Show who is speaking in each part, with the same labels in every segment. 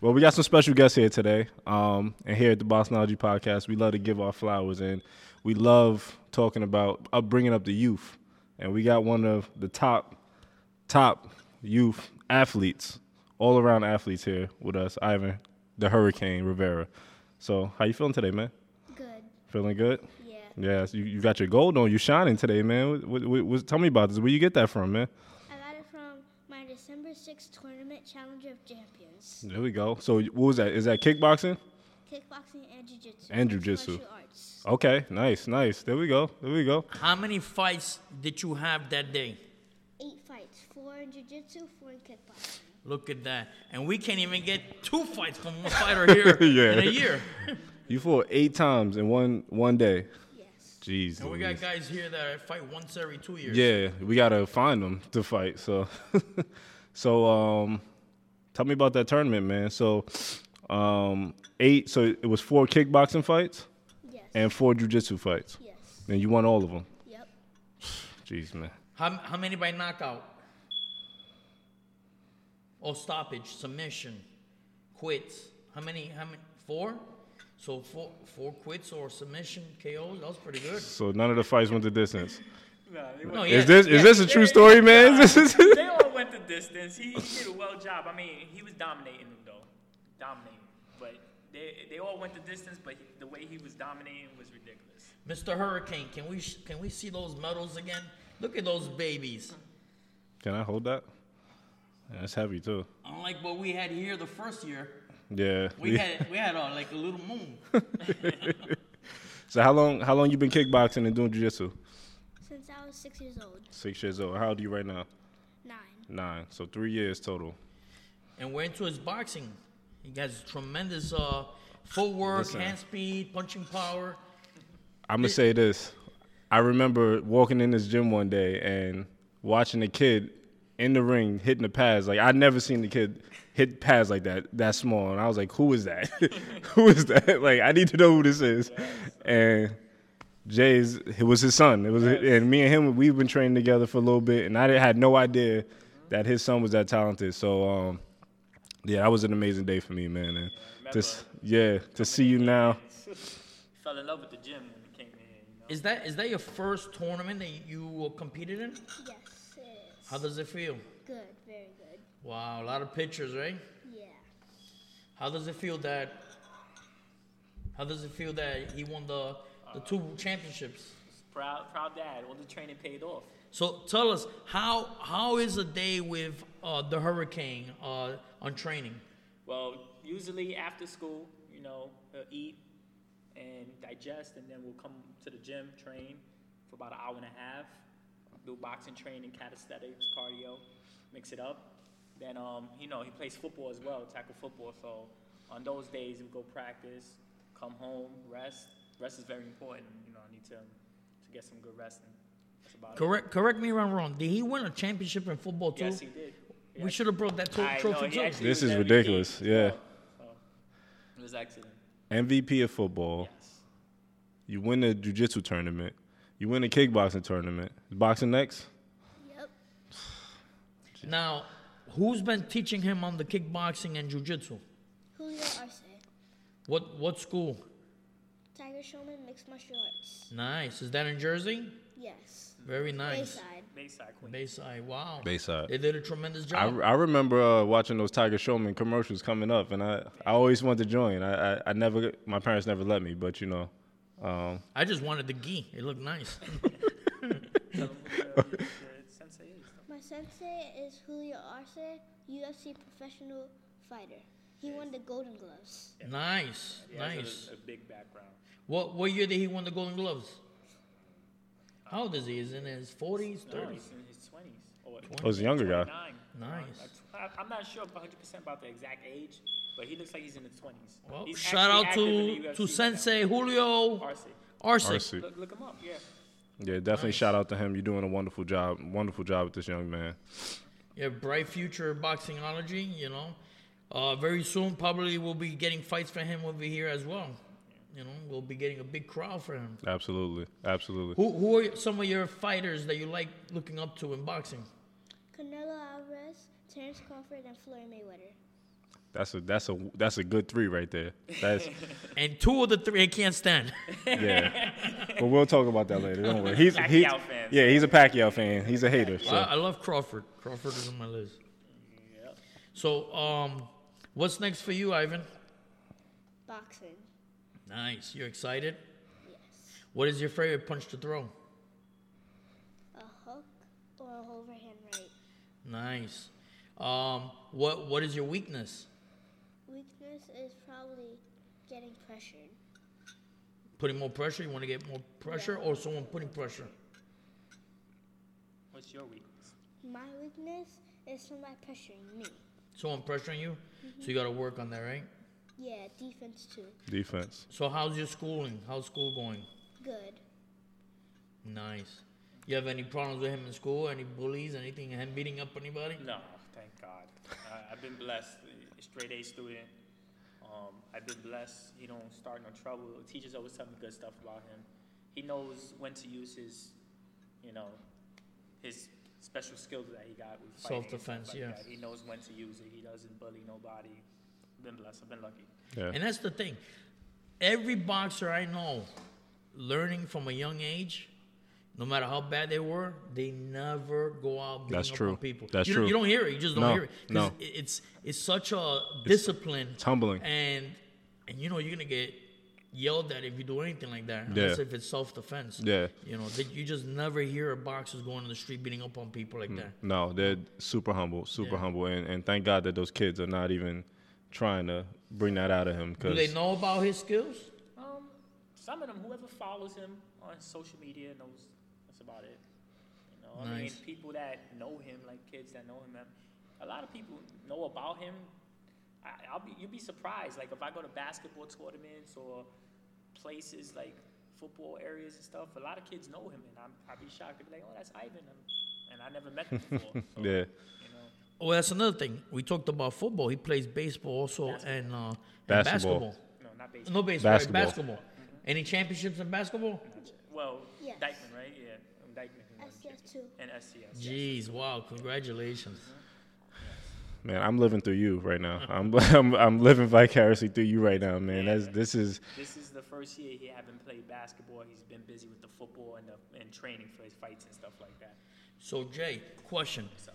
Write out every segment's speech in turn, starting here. Speaker 1: Well, we got some special guests here today. Um, and here at the Bossnology Podcast, we love to give our flowers and we love talking about uh, bringing up the youth. And we got one of the top, top youth athletes, all around athletes here with us, Ivan, the Hurricane Rivera. So, how you feeling today, man?
Speaker 2: Good.
Speaker 1: Feeling good?
Speaker 2: Yeah.
Speaker 1: Yes, you, you got your gold on. You shining today, man. What, what, what, tell me about this. Where you get that from, man?
Speaker 2: I got it from my December 6th tournament challenge of champions.
Speaker 1: There we go. So what was that? Is that kickboxing?
Speaker 2: Kickboxing and jiu-jitsu.
Speaker 1: And
Speaker 2: mixed
Speaker 1: jujitsu.
Speaker 2: martial arts.
Speaker 1: Okay, nice, nice. There we go. There we go.
Speaker 3: How many fights did you have that day?
Speaker 2: Eight fights, four in jiu-jitsu, four in kickboxing.
Speaker 3: Look at that. And we can't even get two fights from one fighter here
Speaker 1: Yeah.
Speaker 3: in a year.
Speaker 1: You fought eight times in one one day.
Speaker 2: Yes.
Speaker 1: Jeez.
Speaker 3: And we got
Speaker 1: Louise.
Speaker 3: guys here that fight once every two years.
Speaker 1: yeah, we gotta find them to fight. So, so um, tell me about that tournament, man. So, um, eight. So it was four kickboxing fights
Speaker 2: Yes.
Speaker 1: and four jujitsu fights,
Speaker 2: yes.
Speaker 1: and you won all of them.
Speaker 2: Yep.
Speaker 1: Jeez, man.
Speaker 3: How, how many by knockout? Or stoppage, submission, quits. How many? How many? Four? So four, four quits or submission KOs. That was pretty good.
Speaker 1: So none of the fights went the distance.
Speaker 3: No,
Speaker 1: Is this is this a true story, man? Is this- is-
Speaker 4: they all went the distance. He, he did a well job. I mean, he was dominating them though, dominating. But they they all went the distance. But the way he was dominating was ridiculous.
Speaker 3: Mr. Hurricane, can we sh- can we see those medals again? Look at those babies.
Speaker 1: Can I hold that? Yeah, that's heavy too.
Speaker 3: Unlike what we had here the first year,
Speaker 1: Yeah.
Speaker 3: we
Speaker 1: Yeah.
Speaker 3: had we had uh, like a little moon.
Speaker 1: So how long how long you been kickboxing and doing jujitsu?
Speaker 2: Since I was six years old.
Speaker 1: Six years old. How old are you right now?
Speaker 2: Nine.
Speaker 1: Nine. So three years total.
Speaker 3: and we're into his boxing. He has tremendous uh, footwork,
Speaker 1: Listen.
Speaker 3: hand speed, punching power.
Speaker 1: I'm gonna say this. I remember walking in this gym one day and watching a kid in the ring hitting the pads. Like I'd never seen the kid hit pads like that that small, and I was like, "Who is that? who is that? Like I need to know who this is." And Jay's it was his son. It was and me and him we've been training together for a little bit, and I did- had no idea that his son was that talented. So um, yeah, that was an amazing day for me, man. And to s yeah, to see you now.
Speaker 4: Fell in love with the gym when he came in. You know?
Speaker 3: Is that is that your first tournament that you uh, competed in?
Speaker 2: Yes. it is.
Speaker 3: How does it feel?
Speaker 2: Good. Very good.
Speaker 3: Wow, a lot of pictures, right?
Speaker 2: Yeah.
Speaker 3: How does it feel that? How does it feel that he won the the two championships?
Speaker 4: Proud, proud dad. All the training paid off.
Speaker 3: So tell us how how is a day with uh, the hurricane uh, on training?
Speaker 4: Well, usually after school, you know, he'll eat and digest, and then we'll come to the gym, train for about an hour and a half, do boxing training, calisthenics, cardio, mix it up. Then, um, you know, he plays football as well, tackle football. So on those days, we go practice, come home, rest. Rest is very important. You know, I need to to get some good rest. And that's about it.
Speaker 3: Correct correct me if I'm wrong. Did he win a championship in football too?
Speaker 4: Yes, he did. He
Speaker 3: We
Speaker 4: actually-
Speaker 3: should have brought that to-
Speaker 4: I know,
Speaker 3: trophy
Speaker 4: he
Speaker 3: too.
Speaker 4: actually
Speaker 1: This
Speaker 4: was
Speaker 1: is
Speaker 4: MVP.
Speaker 1: ridiculous, yeah.
Speaker 4: So, it was excellent.
Speaker 1: MVP of football.
Speaker 4: Yes.
Speaker 1: You win the jujitsu tournament. You win the kickboxing tournament. Is boxing next?
Speaker 2: Yep.
Speaker 3: Now, who's been teaching him on the kickboxing and jujitsu?
Speaker 2: Julio Arce.
Speaker 3: What what school?
Speaker 2: Tiger Showman mixed martial arts.
Speaker 3: Nice. Is that in Jersey?
Speaker 2: Yes.
Speaker 3: Very nice.
Speaker 2: Bayside.
Speaker 4: Bayside Queen.
Speaker 3: Bayside. Wow.
Speaker 1: Bayside.
Speaker 3: They did a tremendous
Speaker 1: I,
Speaker 3: job.
Speaker 1: I remember uh, watching those Tiger Showman commercials coming up, and I, I always wanted to join. I, I, I never my parents never let me, but you know, um,
Speaker 3: I, just wanted the gi. It looked nice.
Speaker 4: Tell them who the- the sensei is.
Speaker 2: My sensei is Julio Arce, UFC professional fighter. He won the Golden Gloves.
Speaker 3: nice.
Speaker 4: He
Speaker 3: Nice.
Speaker 4: has A, a big background.
Speaker 3: What what year did he win the Golden Gloves? How old is he? Is in his forties,
Speaker 4: No,
Speaker 3: thirties?
Speaker 4: Oh, he's in his Oh, 20s. Or
Speaker 1: I was Oh, a younger guy.
Speaker 4: 29.
Speaker 3: Nice.
Speaker 4: I, I'm not sure 100% about the exact age, but he looks like he's in his 20s.
Speaker 3: Well,
Speaker 4: He's
Speaker 3: shout
Speaker 4: actually
Speaker 3: out
Speaker 4: active in the
Speaker 3: to
Speaker 4: UFC
Speaker 3: to
Speaker 4: right
Speaker 3: Sensei
Speaker 4: now.
Speaker 3: Julio
Speaker 4: Arce.
Speaker 3: Arce.
Speaker 1: RC.
Speaker 4: Look, look him up, yeah.
Speaker 1: Yeah, definitely shout out to him. You're doing a wonderful job. Wonderful job with this young man.
Speaker 3: Yeah, bright future boxingology, you know. Uh, very soon, probably we'll be getting fights for him over here as well. You know, we'll be getting a big crowd for him.
Speaker 1: Absolutely, absolutely.
Speaker 3: Who, who are some of your fighters that you like looking up to in boxing?
Speaker 2: Canelo Alvarez, Terrence Crawford, and Floyd Mayweather.
Speaker 1: That's a that's a that's a good three right there. That's
Speaker 3: And two of the three I can't stand.
Speaker 1: yeah. But we'll talk about that later. Don't worry. He's he's
Speaker 4: Pacquiao fan.
Speaker 1: yeah. He's a Pacquiao fan. He's a hater.
Speaker 3: I,
Speaker 1: So
Speaker 3: I love Crawford. Crawford is on my list. So, um, what's next for you, Ivan?
Speaker 2: Boxing.
Speaker 3: Nice. You're excited.
Speaker 2: Yes.
Speaker 3: What is your favorite punch to throw?
Speaker 2: A hook or a overhand right.
Speaker 3: Nice. Um, what What is your weakness?
Speaker 2: Weakness is probably getting pressured.
Speaker 3: Putting more pressure. You want to get more pressure, or someone putting pressure?
Speaker 4: What's your weakness?
Speaker 2: My weakness is somebody pressuring me.
Speaker 3: Someone pressuring you. So you got to work on that, right?
Speaker 2: Yeah, defense too.
Speaker 1: defense.
Speaker 3: So how's your schooling? How's school going?
Speaker 2: Good.
Speaker 3: Nice. You have any problems with him in school? Any bullies? Anything? Him beating up anybody?
Speaker 4: No, thank God. I, I've been blessed. A Straight A student. Um, I've been blessed. He don't start no trouble. Teachers always tell me good stuff about him. He knows when to use his, you know, his special skills that he got with fighting and stuff
Speaker 3: Self-defense,
Speaker 4: Like
Speaker 3: yeah.
Speaker 4: that. He knows when to use it. He doesn't bully nobody. Been blessed. I've been lucky.
Speaker 1: Yeah.
Speaker 3: And that's the thing. Every boxer I know, learning from a young age, no matter how bad they were, they never go out beating
Speaker 1: That's
Speaker 3: up on
Speaker 1: true.
Speaker 3: people.
Speaker 1: That's
Speaker 3: you, don't-
Speaker 1: true.
Speaker 3: You don't hear it. You just don't
Speaker 1: No,
Speaker 3: hear it. 'Cause
Speaker 1: no.
Speaker 3: it- It's it's such a discipline.
Speaker 1: it's humbling.
Speaker 3: And and you know you're gonna get yelled at if you do anything like that.
Speaker 1: Yeah.
Speaker 3: Unless if it's self defense.
Speaker 1: Yeah.
Speaker 3: You know that you just never hear a boxers going on the street beating up on people
Speaker 1: Mm.
Speaker 3: like that.
Speaker 1: No, they're super humble, super
Speaker 3: Yeah.
Speaker 1: humble, and, and thank God that those kids are not even trying to bring that out of him.
Speaker 3: Do
Speaker 1: Cause
Speaker 3: they know about his skills?
Speaker 4: Um, some of them, whoever follows him on social media knows that's about it. You know, I mean,
Speaker 3: Nice.
Speaker 4: people that know him, like kids that know him, a lot of people know about him. I, I'll be, you'd be surprised. Like if I go to basketball tournaments or places like football areas and stuff, a lot of kids know him, and I'm, I'd be shocked. They'd be like, "Oh, that's Ivan," i and I never met him before. So,
Speaker 1: Yeah.
Speaker 4: You know,
Speaker 3: Well, Oh, that's another thing. We talked about football. He plays baseball also and, uh, and
Speaker 1: Basketball.
Speaker 3: basketball.
Speaker 4: no, not baseball.
Speaker 3: No baseball. right, Basketball.
Speaker 1: Basketball.
Speaker 3: Any championships in basketball?
Speaker 4: Well,
Speaker 2: Yes.
Speaker 4: Dykeman, right? Yeah, Dykeman. who won the
Speaker 2: SCS too.
Speaker 4: champion- And SCS. yeah.
Speaker 3: Jeez, wow! Congratulations.
Speaker 1: man, I'm living through you right now.
Speaker 3: Uh-huh.
Speaker 1: I'm I'm, I'm living vicariously through you right now, man. That's this is
Speaker 4: This is the first year he haven't played basketball. He's been busy with the football and the, and training for his fights and stuff like that.
Speaker 3: So Jay, question:
Speaker 4: So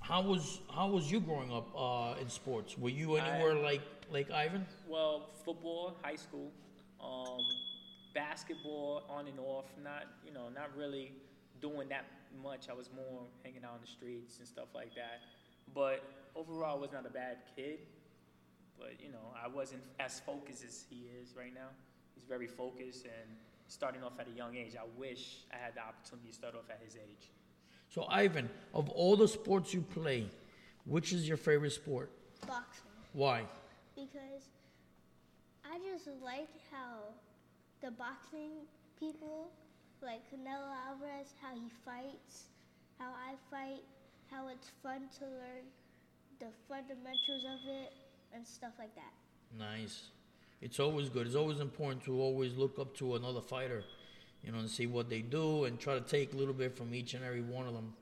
Speaker 3: How was how was you growing up uh, in sports? Were you anywhere like like Ivan?
Speaker 4: well, football, high school, um, basketball on and off. Not you know, not really doing that much. I was more hanging out in the streets and stuff like that. But overall, I was not a bad kid. But you know, I wasn't as focused as he is right now. He's very focused and starting off at a young age. I wish I had the opportunity to start off at his age.
Speaker 3: So Ivan, of all the sports you play, which is your favorite sport?
Speaker 2: Boxing.
Speaker 3: Why?
Speaker 2: because I just like how the boxing people, like Canelo Alvarez, how he fights, how I fight, how it's fun to learn the fundamentals of it and stuff like that.
Speaker 3: Nice. It's always good. It's always important to always look up to another fighter, you know, and see what they do and try to take a little bit from each and every one of them.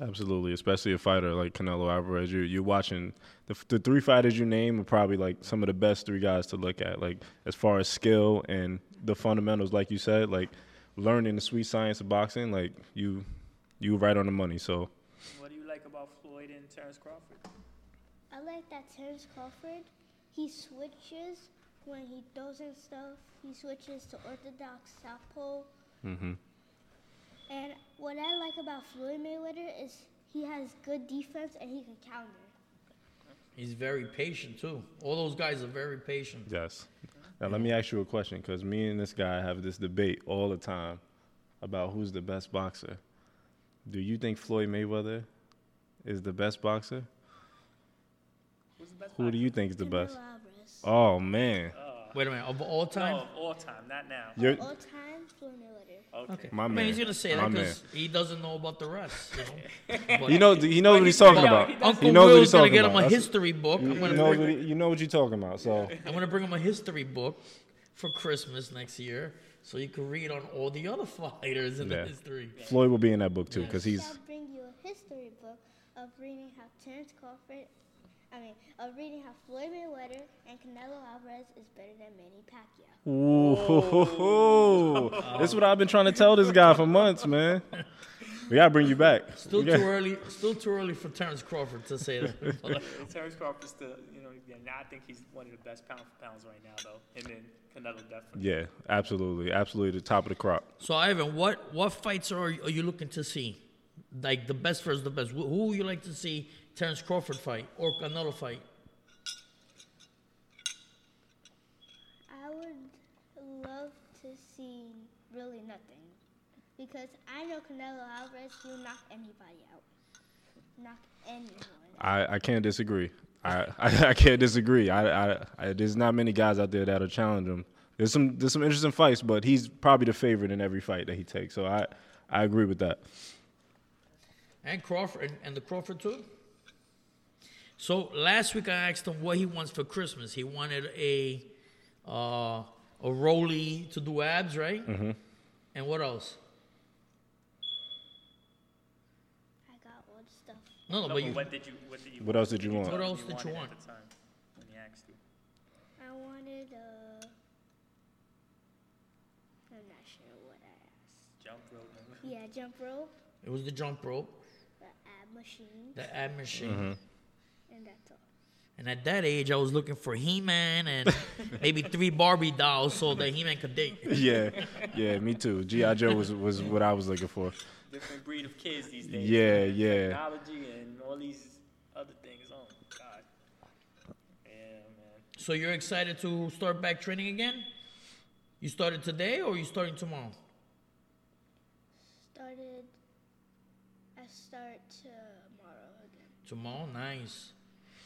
Speaker 1: absolutely, especially a fighter like Canelo Alvarez. You you're watching the the three fighters you name are probably like some of the best three guys to look at, like as far as skill and the fundamentals, like you said, like learning the sweet science of boxing. Like you, you right on the money. So
Speaker 4: What do you like about Floyd and Terrence Crawford?
Speaker 2: I like that Terrence Crawford, he switches when he throws and stuff. He switches to orthodox southpaw. And what I like about Floyd Mayweather is he has good defense and he can counter.
Speaker 3: He's very patient too. All those guys are very patient.
Speaker 1: Yes. Now let me ask you a question, because me and this guy have this debate all the time about who's the best boxer. Do you think Floyd Mayweather is the best boxer?
Speaker 4: Who's the best?
Speaker 1: Who do
Speaker 4: boxer?
Speaker 1: you think is the best?
Speaker 2: Canelo Alvarez.
Speaker 1: Oh man,
Speaker 3: Wait a minute, of all time?
Speaker 4: No, of all time, not now.
Speaker 1: You're-
Speaker 2: All time, Floyd Mayweather.
Speaker 4: Okay.
Speaker 1: my
Speaker 3: I mean,
Speaker 1: man.
Speaker 3: he's gonna say that
Speaker 1: My man.
Speaker 3: because he doesn't know about the rest. You know, But
Speaker 1: He knows. He knows what he's talking about.
Speaker 3: Uncle
Speaker 1: He knows what
Speaker 3: Will's
Speaker 1: he's
Speaker 3: gonna
Speaker 1: talking
Speaker 3: get him
Speaker 1: about.
Speaker 3: a
Speaker 1: That's-
Speaker 3: history book. I'm
Speaker 1: You
Speaker 3: gonna,
Speaker 1: know
Speaker 3: bring,
Speaker 1: what he- you know what you're talking about. So
Speaker 3: I'm gonna bring him a history book for Christmas next year, so you can read on all the other fighters in
Speaker 1: Yeah.
Speaker 3: the history.
Speaker 1: Floyd will be in that book too, because
Speaker 2: Shall
Speaker 1: he's
Speaker 2: bring you a history book of reading how Terrence Crawford I mean, of reading how Floyd Mayweather and Canelo Alvarez is better than Manny Pacquiao.
Speaker 1: Ooh, that's what I've been trying to tell this guy for months, man. We gotta bring you back.
Speaker 3: Still
Speaker 1: We got-
Speaker 3: too early. Still too early for Terrence Crawford to say that.
Speaker 4: And Terrence Crawford's still, you know, yeah, now I think he's one of the best pound for pounds right now, though. And then Canelo definitely.
Speaker 1: Yeah, absolutely, absolutely, the top of the crop.
Speaker 3: so Ivan, what what fights are you, are you looking to see? Like the best versus the best. Who, who would you like to see Terrence Crawford fight or Canelo fight?
Speaker 2: I would love to see really nothing. Because I know Canelo Alvarez, he'll knock anybody out. Knock anyone.
Speaker 1: I, I can't disagree. I, I, I can't disagree. I, I, I there's not many guys out there that'll challenge him. There's some there's some interesting fights, but he's probably the favorite in every fight that he takes. So I I agree with that.
Speaker 3: And Crawford and, and the Crawford too. So last week I asked him what he wants for Christmas. He wanted a uh, a rolly to do abs, right? Mm-hmm. And what else?
Speaker 2: I got old stuff.
Speaker 3: No, no,
Speaker 4: No,
Speaker 3: but
Speaker 4: but
Speaker 3: you,
Speaker 4: what did you? What did you?
Speaker 1: What else did you want?
Speaker 3: What else did you
Speaker 4: wanted
Speaker 3: want?
Speaker 4: At the time when he asked you.
Speaker 2: I wanted a. I'm not sure what I asked.
Speaker 4: Jump rope. and-
Speaker 2: Yeah, jump rope,
Speaker 3: it was the jump rope,
Speaker 2: the ab machine,
Speaker 3: the ab machine.
Speaker 2: and that's all.
Speaker 3: And at that age, I was looking for He-Man and maybe three Barbie dolls so that He-Man could date.
Speaker 1: Yeah, yeah, me too. GI Joe was was what I was looking for.
Speaker 4: Different breed of kids these days.
Speaker 1: Yeah, yeah.
Speaker 4: Technology and all these other things. Oh my God. Yeah, man.
Speaker 3: So you're excited to start back training again? You started today or you starting tomorrow?
Speaker 2: Started. I start tomorrow again.
Speaker 3: Tomorrow, nice.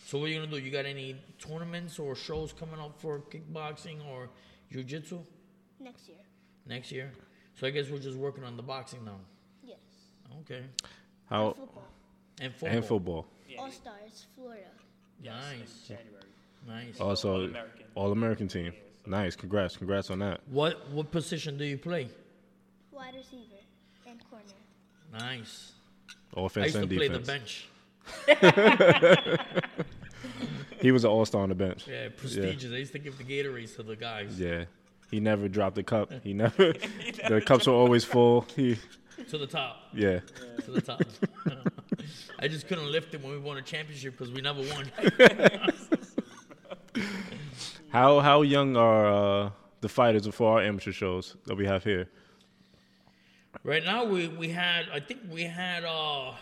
Speaker 3: So what are you gonna do? You got any tournaments or shows coming up for kickboxing or jiu-jitsu
Speaker 2: Next year.
Speaker 3: next year? So I guess we're just working on the boxing now.
Speaker 2: Yes.
Speaker 3: Okay.
Speaker 1: How
Speaker 2: Football.
Speaker 3: And football.
Speaker 1: and football.
Speaker 4: Yeah,
Speaker 2: All
Speaker 4: he-
Speaker 2: Stars, Florida.
Speaker 4: in
Speaker 3: Nice.
Speaker 4: January.
Speaker 3: Nice.
Speaker 1: Also,
Speaker 4: All-American.
Speaker 1: all American Oh, team. Nice. Congrats. Congrats on that.
Speaker 3: What what position do you play?
Speaker 2: Wide receiver and corner.
Speaker 3: Nice. I
Speaker 1: Offense
Speaker 3: used to
Speaker 1: and
Speaker 3: play the
Speaker 1: defense.
Speaker 3: bench.
Speaker 1: He was an all star on the bench.
Speaker 3: Yeah, prestigious. I used to give the Gatorades to the guys,
Speaker 1: Yeah. He never dropped a cup. He never. the cups were always full. He.
Speaker 3: to the top,
Speaker 1: Yeah.
Speaker 3: to the top. I just couldn't lift it when we won a championship because we never won.
Speaker 1: How how young are uh, the fighters for our amateur shows that we have here?
Speaker 3: right now, we, we had, I think we had, uh, I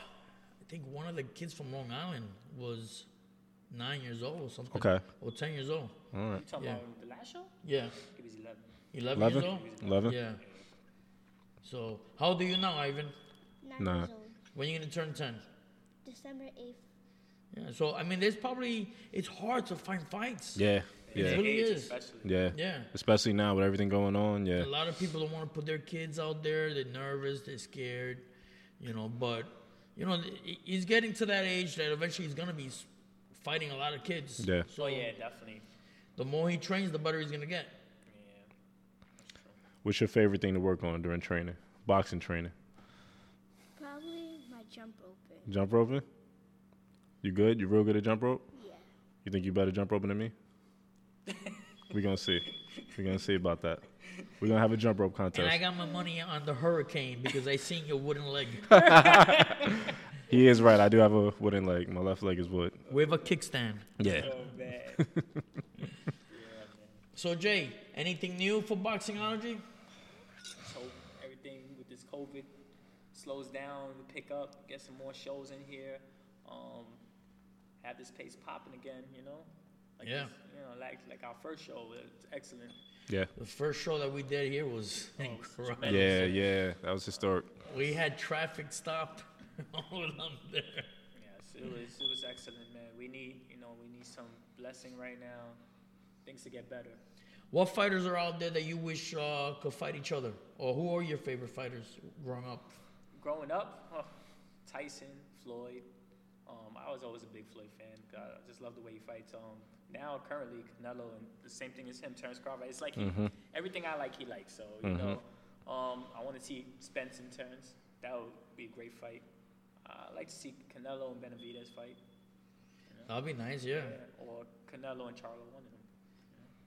Speaker 3: think one of the kids from Long Island was nine years old or something.
Speaker 1: Okay.
Speaker 3: Or 10 years old.
Speaker 4: You talking
Speaker 3: Yeah.
Speaker 4: about the last show?
Speaker 3: Yeah.
Speaker 4: It was 11.
Speaker 3: 11,
Speaker 1: Eleven.
Speaker 3: years old?
Speaker 1: Eleven.
Speaker 3: Yeah. So, how old are you now, Ivan?
Speaker 2: Nine
Speaker 1: Nah.
Speaker 2: years old.
Speaker 3: When you going to turn 10?
Speaker 2: December 8th.
Speaker 3: Yeah. So, I mean, there's probably, it's hard to find fights.
Speaker 1: Yeah. Yeah.
Speaker 3: It really
Speaker 4: Age
Speaker 3: is.
Speaker 4: especially.
Speaker 1: Yeah.
Speaker 3: Yeah.
Speaker 1: Especially now with everything going on. Yeah.
Speaker 3: A lot of people don't want to put their kids out there. They're nervous. They're scared, you know. But you know, he- he's getting to that age that eventually he's gonna be s- fighting a lot of kids.
Speaker 1: Yeah.
Speaker 3: So
Speaker 4: Oh yeah, definitely.
Speaker 3: the more he trains, the better he's gonna get.
Speaker 4: Yeah.
Speaker 1: What's your favorite thing to work on during training? Boxing training.
Speaker 2: Probably my jump open.
Speaker 1: Jump roping. You good? You real good at jump rope?
Speaker 2: Yeah.
Speaker 1: You think you better jump roping than me? We're gonna see. We're gonna see about that. We're gonna have a jump rope
Speaker 3: And I
Speaker 1: contest.
Speaker 3: got my money on the hurricane because I seen your wooden leg
Speaker 1: He is right. I do have a wooden leg. My left leg is wood.
Speaker 3: with a kickstand.
Speaker 1: Yeah.
Speaker 4: So bad. yeah, man.
Speaker 3: So Jay, anything new for boxingology?
Speaker 4: Just hope everything with this COVID slows down, we pick up, get some more shows in here, um, have this pace popping again, you know? Like
Speaker 3: Yeah.
Speaker 4: this- You know, like like our first show, it's excellent.
Speaker 1: Yeah.
Speaker 3: The first show that we did here was incredible.
Speaker 1: Yeah. Yeah. That was historic.
Speaker 3: We had traffic stop all up there.
Speaker 4: Yes, it was it was excellent, man. We need you know we need some blessing right now, things to get better.
Speaker 3: What fighters are out there that you wish uh, could fight each other, or who are your favorite fighters growing up?
Speaker 4: growing up, huh, Tyson, Floyd. Um, I was always a big Floyd fan. God, I just love the way he fights. Um, now currently Canelo and the same thing as him, Terrence Crawford. It's like he,
Speaker 1: Mm-hmm.
Speaker 4: everything I like, he likes. So you know, um, I want to see Spence and Terrence. That would be a great fight. Uh, I like to see Canelo and Benavidez fight. You know,
Speaker 3: That'd be nice, yeah.
Speaker 4: or Canelo and Charlo, one of them.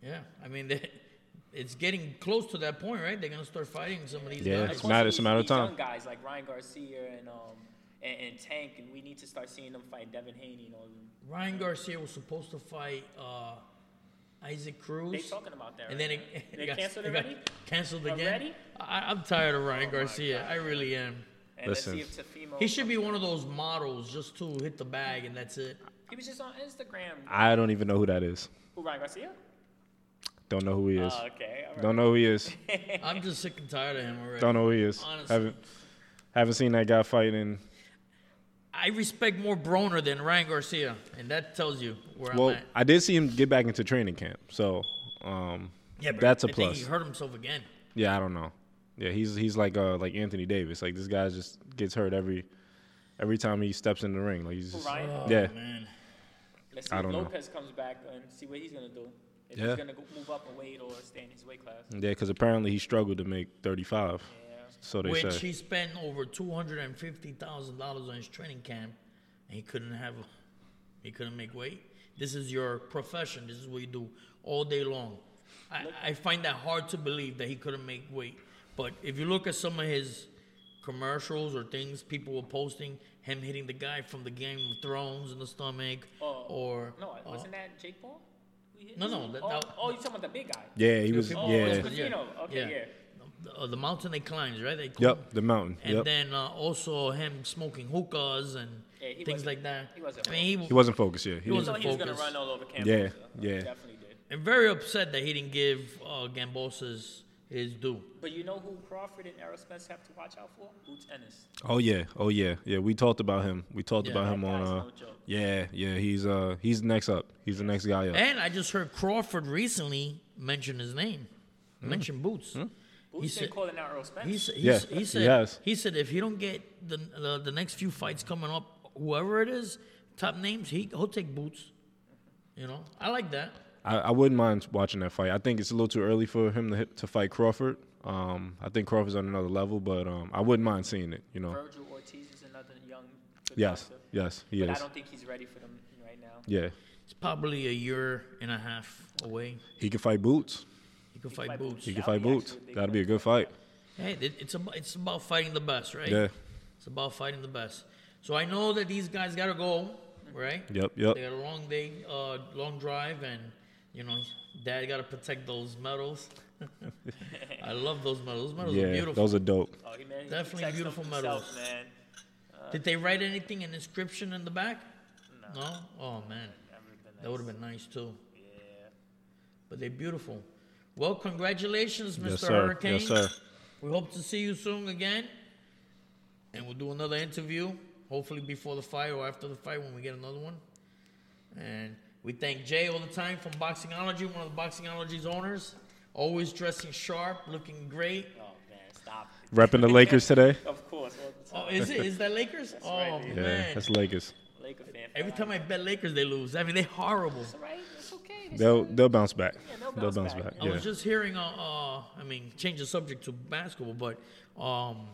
Speaker 3: Yeah. I mean, they, it's getting close to that point, right? They're going to start fighting some of these
Speaker 1: Yeah.
Speaker 3: guys.
Speaker 1: It's
Speaker 4: Plus,
Speaker 1: matter- it's a
Speaker 4: these-
Speaker 1: matter of
Speaker 4: these
Speaker 1: time.
Speaker 4: Young guys like Ryan Garcia and um and, and Tank, and we need to start seeing them fight Devin Haney and all of them.
Speaker 3: Ryan Garcia was supposed to fight uh, Isaac Cruz.
Speaker 4: They talking about that.
Speaker 3: and
Speaker 4: right
Speaker 3: then it,
Speaker 4: now.
Speaker 3: it
Speaker 4: they
Speaker 3: got,
Speaker 4: canceled
Speaker 3: it got
Speaker 4: already.
Speaker 3: canceled again.
Speaker 4: Already? Oh
Speaker 3: I, I'm tired of Ryan Garcia. I really am.
Speaker 4: And
Speaker 1: Listen.
Speaker 4: let's see if Tefimo.
Speaker 3: He should be one of those models just to hit the bag and that's it.
Speaker 4: He was just on Instagram.
Speaker 1: I don't even know who that is.
Speaker 4: Who Ryan Garcia?
Speaker 1: Don't know who he is.
Speaker 4: Oh, okay. All right.
Speaker 1: Don't know who he is.
Speaker 3: I'm just sick and tired of him already.
Speaker 1: Don't know who he is.
Speaker 3: Honestly.
Speaker 1: Haven't haven't seen that guy fight in
Speaker 3: I respect more Broner than Ryan Garcia, and that tells you where
Speaker 1: Well,
Speaker 3: I'm at.
Speaker 1: I did see him get back into training camp, so um, that's a
Speaker 3: I Think
Speaker 1: plus.
Speaker 3: he hurt himself again.
Speaker 1: Yeah, I don't know. Yeah, he's he's like uh like Anthony Davis. Like this guy just gets hurt every every time he steps in the ring. Like he's
Speaker 4: Who
Speaker 1: just
Speaker 4: Ryan?
Speaker 3: Uh,
Speaker 1: yeah.
Speaker 3: Oh, Man,
Speaker 4: let's see
Speaker 1: I
Speaker 4: if
Speaker 1: don't know.
Speaker 4: Lopez comes back and see what he's gonna do. If
Speaker 1: Yeah.
Speaker 4: he's gonna go, move up a weight or stay in his weight class.
Speaker 1: Yeah, because apparently he struggled to make 35.
Speaker 4: Yeah.
Speaker 1: So they
Speaker 3: which
Speaker 1: say.
Speaker 3: he spent over two hundred and fifty thousand dollars on his training camp, and he couldn't have, he couldn't make weight. This is your profession. This is what you do all day long. I, I find that hard to believe that he couldn't make weight. But if you look at some of his commercials or things people were posting, him hitting the guy from the Game of Thrones in the stomach,
Speaker 4: Oh,
Speaker 3: or
Speaker 4: No,
Speaker 3: uh,
Speaker 4: wasn't that Jake Paul? Who hit
Speaker 3: No,
Speaker 4: him?
Speaker 3: no, that-
Speaker 4: oh,
Speaker 3: that-
Speaker 4: oh, you talking about the big guy?
Speaker 1: yeah, he was.
Speaker 4: Oh,
Speaker 1: yeah.
Speaker 4: it's good. Tofino. Okay,
Speaker 3: The- uh, the mountain they climbs, right? They climb.
Speaker 1: Yep, the mountain.
Speaker 3: And
Speaker 1: yep.
Speaker 3: then uh, also him smoking hookahs and
Speaker 4: Yeah, he
Speaker 3: things
Speaker 4: wasn't-
Speaker 3: like that.
Speaker 4: he wasn't
Speaker 3: I mean, he,
Speaker 1: He wasn't focused. Yeah, he
Speaker 3: was
Speaker 4: He
Speaker 1: was.
Speaker 4: thought he was gonna
Speaker 3: focused.
Speaker 4: run all over Campbell.
Speaker 1: Yeah,
Speaker 4: so
Speaker 1: yeah.
Speaker 4: Definitely did.
Speaker 3: I'm very upset that he didn't give uh, Gambosa's his due.
Speaker 4: But you know who Crawford and Errol Spence have to watch out for? Boots Ennis.
Speaker 1: Oh yeah, oh yeah, yeah. We talked about him. We talked
Speaker 3: Yeah.
Speaker 1: about him
Speaker 4: That
Speaker 1: on.
Speaker 4: guy's
Speaker 1: Uh,
Speaker 4: no joke.
Speaker 1: yeah, yeah. He's uh he's next up. He's the next guy up.
Speaker 3: And I just heard Crawford recently mention his name, mention Boots. He
Speaker 4: Boots been
Speaker 3: said,
Speaker 4: calling out Errol Spence.
Speaker 3: he, said, he,
Speaker 1: Yeah,
Speaker 3: s- he
Speaker 1: he
Speaker 3: said,
Speaker 1: has.
Speaker 3: he said, if you don't get the, the the next few fights coming up, whoever it is, top names, he he'll take Boots. You know, I like that.
Speaker 1: I, I wouldn't mind watching that fight. I think it's a little too early for him to hit, to fight Crawford. Um, I think Crawford's on another level, but um, I wouldn't mind seeing it. You know.
Speaker 4: Virgil Ortiz is another young good
Speaker 1: Yes,
Speaker 4: boxer.
Speaker 1: yes, he
Speaker 4: But
Speaker 1: is.
Speaker 4: I don't think he's ready for them right now.
Speaker 1: Yeah,
Speaker 3: It's probably a year and a half away.
Speaker 1: he can fight Boots.
Speaker 3: You can fight
Speaker 4: fight
Speaker 3: Boots.
Speaker 1: He can
Speaker 4: That'd
Speaker 1: fight
Speaker 4: be
Speaker 1: Boots.
Speaker 4: actually a big
Speaker 1: That'd be a
Speaker 4: one.
Speaker 1: good fight.
Speaker 3: Hey, it- it's about it's about fighting the best, right?
Speaker 1: Yeah.
Speaker 3: It's about fighting the best. So I know that these guys gotta go, right?
Speaker 1: Yep, yep.
Speaker 3: They got a long day, uh, long drive, and you know, Dad gotta protect those medals. I love those medals. Those medals are
Speaker 1: Yeah,
Speaker 3: beautiful.
Speaker 1: those are dope.
Speaker 4: Oh, he man, he
Speaker 3: Definitely
Speaker 4: protects them
Speaker 3: beautiful
Speaker 4: himself,
Speaker 3: medals.
Speaker 4: man.
Speaker 3: Did they write anything in inscription in the back?
Speaker 4: No.
Speaker 3: No. Oh man,
Speaker 4: That would've been
Speaker 3: that
Speaker 4: nice.
Speaker 3: would have been nice too.
Speaker 4: Yeah.
Speaker 3: But they're beautiful. Well, congratulations, Mr.
Speaker 1: Yes, sir.
Speaker 3: Hurricane.
Speaker 1: Yes, sir.
Speaker 3: We hope to see you soon again. And we'll do another interview, hopefully before the fight or after the fight when we get another one. And we thank Jay all the time from Boxingology, one of the Boxingology's owners. Always dressing sharp, looking great.
Speaker 4: Oh man, stop. it.
Speaker 1: Repping the Lakers today.
Speaker 4: Of course, all
Speaker 3: Oh,
Speaker 4: the time.
Speaker 3: is it? Is that Lakers? oh,
Speaker 4: right, dude.
Speaker 1: Yeah,
Speaker 3: man.
Speaker 1: that's Lakers.
Speaker 4: Laker fan.
Speaker 3: Every
Speaker 4: forever.
Speaker 3: time I bet Lakers, they lose. I mean, they're horrible.
Speaker 4: It's all right. It's okay. It's
Speaker 1: They'll
Speaker 4: good.
Speaker 1: they'll bounce back.
Speaker 4: Yeah,
Speaker 1: they'll, bounce, back.
Speaker 3: I was
Speaker 1: Yeah.
Speaker 3: just hearing, uh, uh, I mean, change the subject to basketball, but um,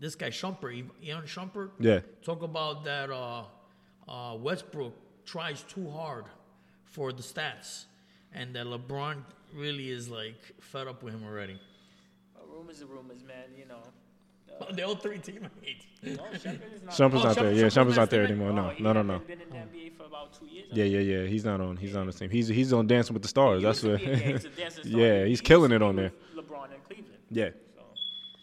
Speaker 3: this guy Shumpert, Ian Shumpert,
Speaker 1: Yeah.
Speaker 3: talk about that uh, uh, Westbrook tries too hard for the stats, and that LeBron really is like fed up with him already.
Speaker 4: Well, rumors are rumors, man. You know.
Speaker 3: Oh, they all three teammates.
Speaker 4: No, Shumpert is not.
Speaker 1: Shumpert's
Speaker 3: Oh,
Speaker 1: not there.
Speaker 3: Shumpert-
Speaker 1: Yeah,
Speaker 3: Shumpert's
Speaker 1: Shumpert's
Speaker 3: not
Speaker 1: not there
Speaker 3: there.
Speaker 1: anymore. No,
Speaker 4: Oh, he
Speaker 1: no, no,
Speaker 4: hasn't
Speaker 1: no.
Speaker 4: Been in the NBA for about two years. I
Speaker 1: Yeah, yeah, yeah. He's not on. He's on the team. He's he's on Dancing with the Stars.
Speaker 4: He
Speaker 1: That's what.
Speaker 4: used to be a- yeah, he's a dancing star.
Speaker 1: Yeah,
Speaker 4: He
Speaker 1: he's
Speaker 4: used
Speaker 1: killing
Speaker 4: to
Speaker 1: it
Speaker 4: be
Speaker 1: on there.
Speaker 4: with LeBron in Cleveland.
Speaker 1: Yeah,
Speaker 4: So,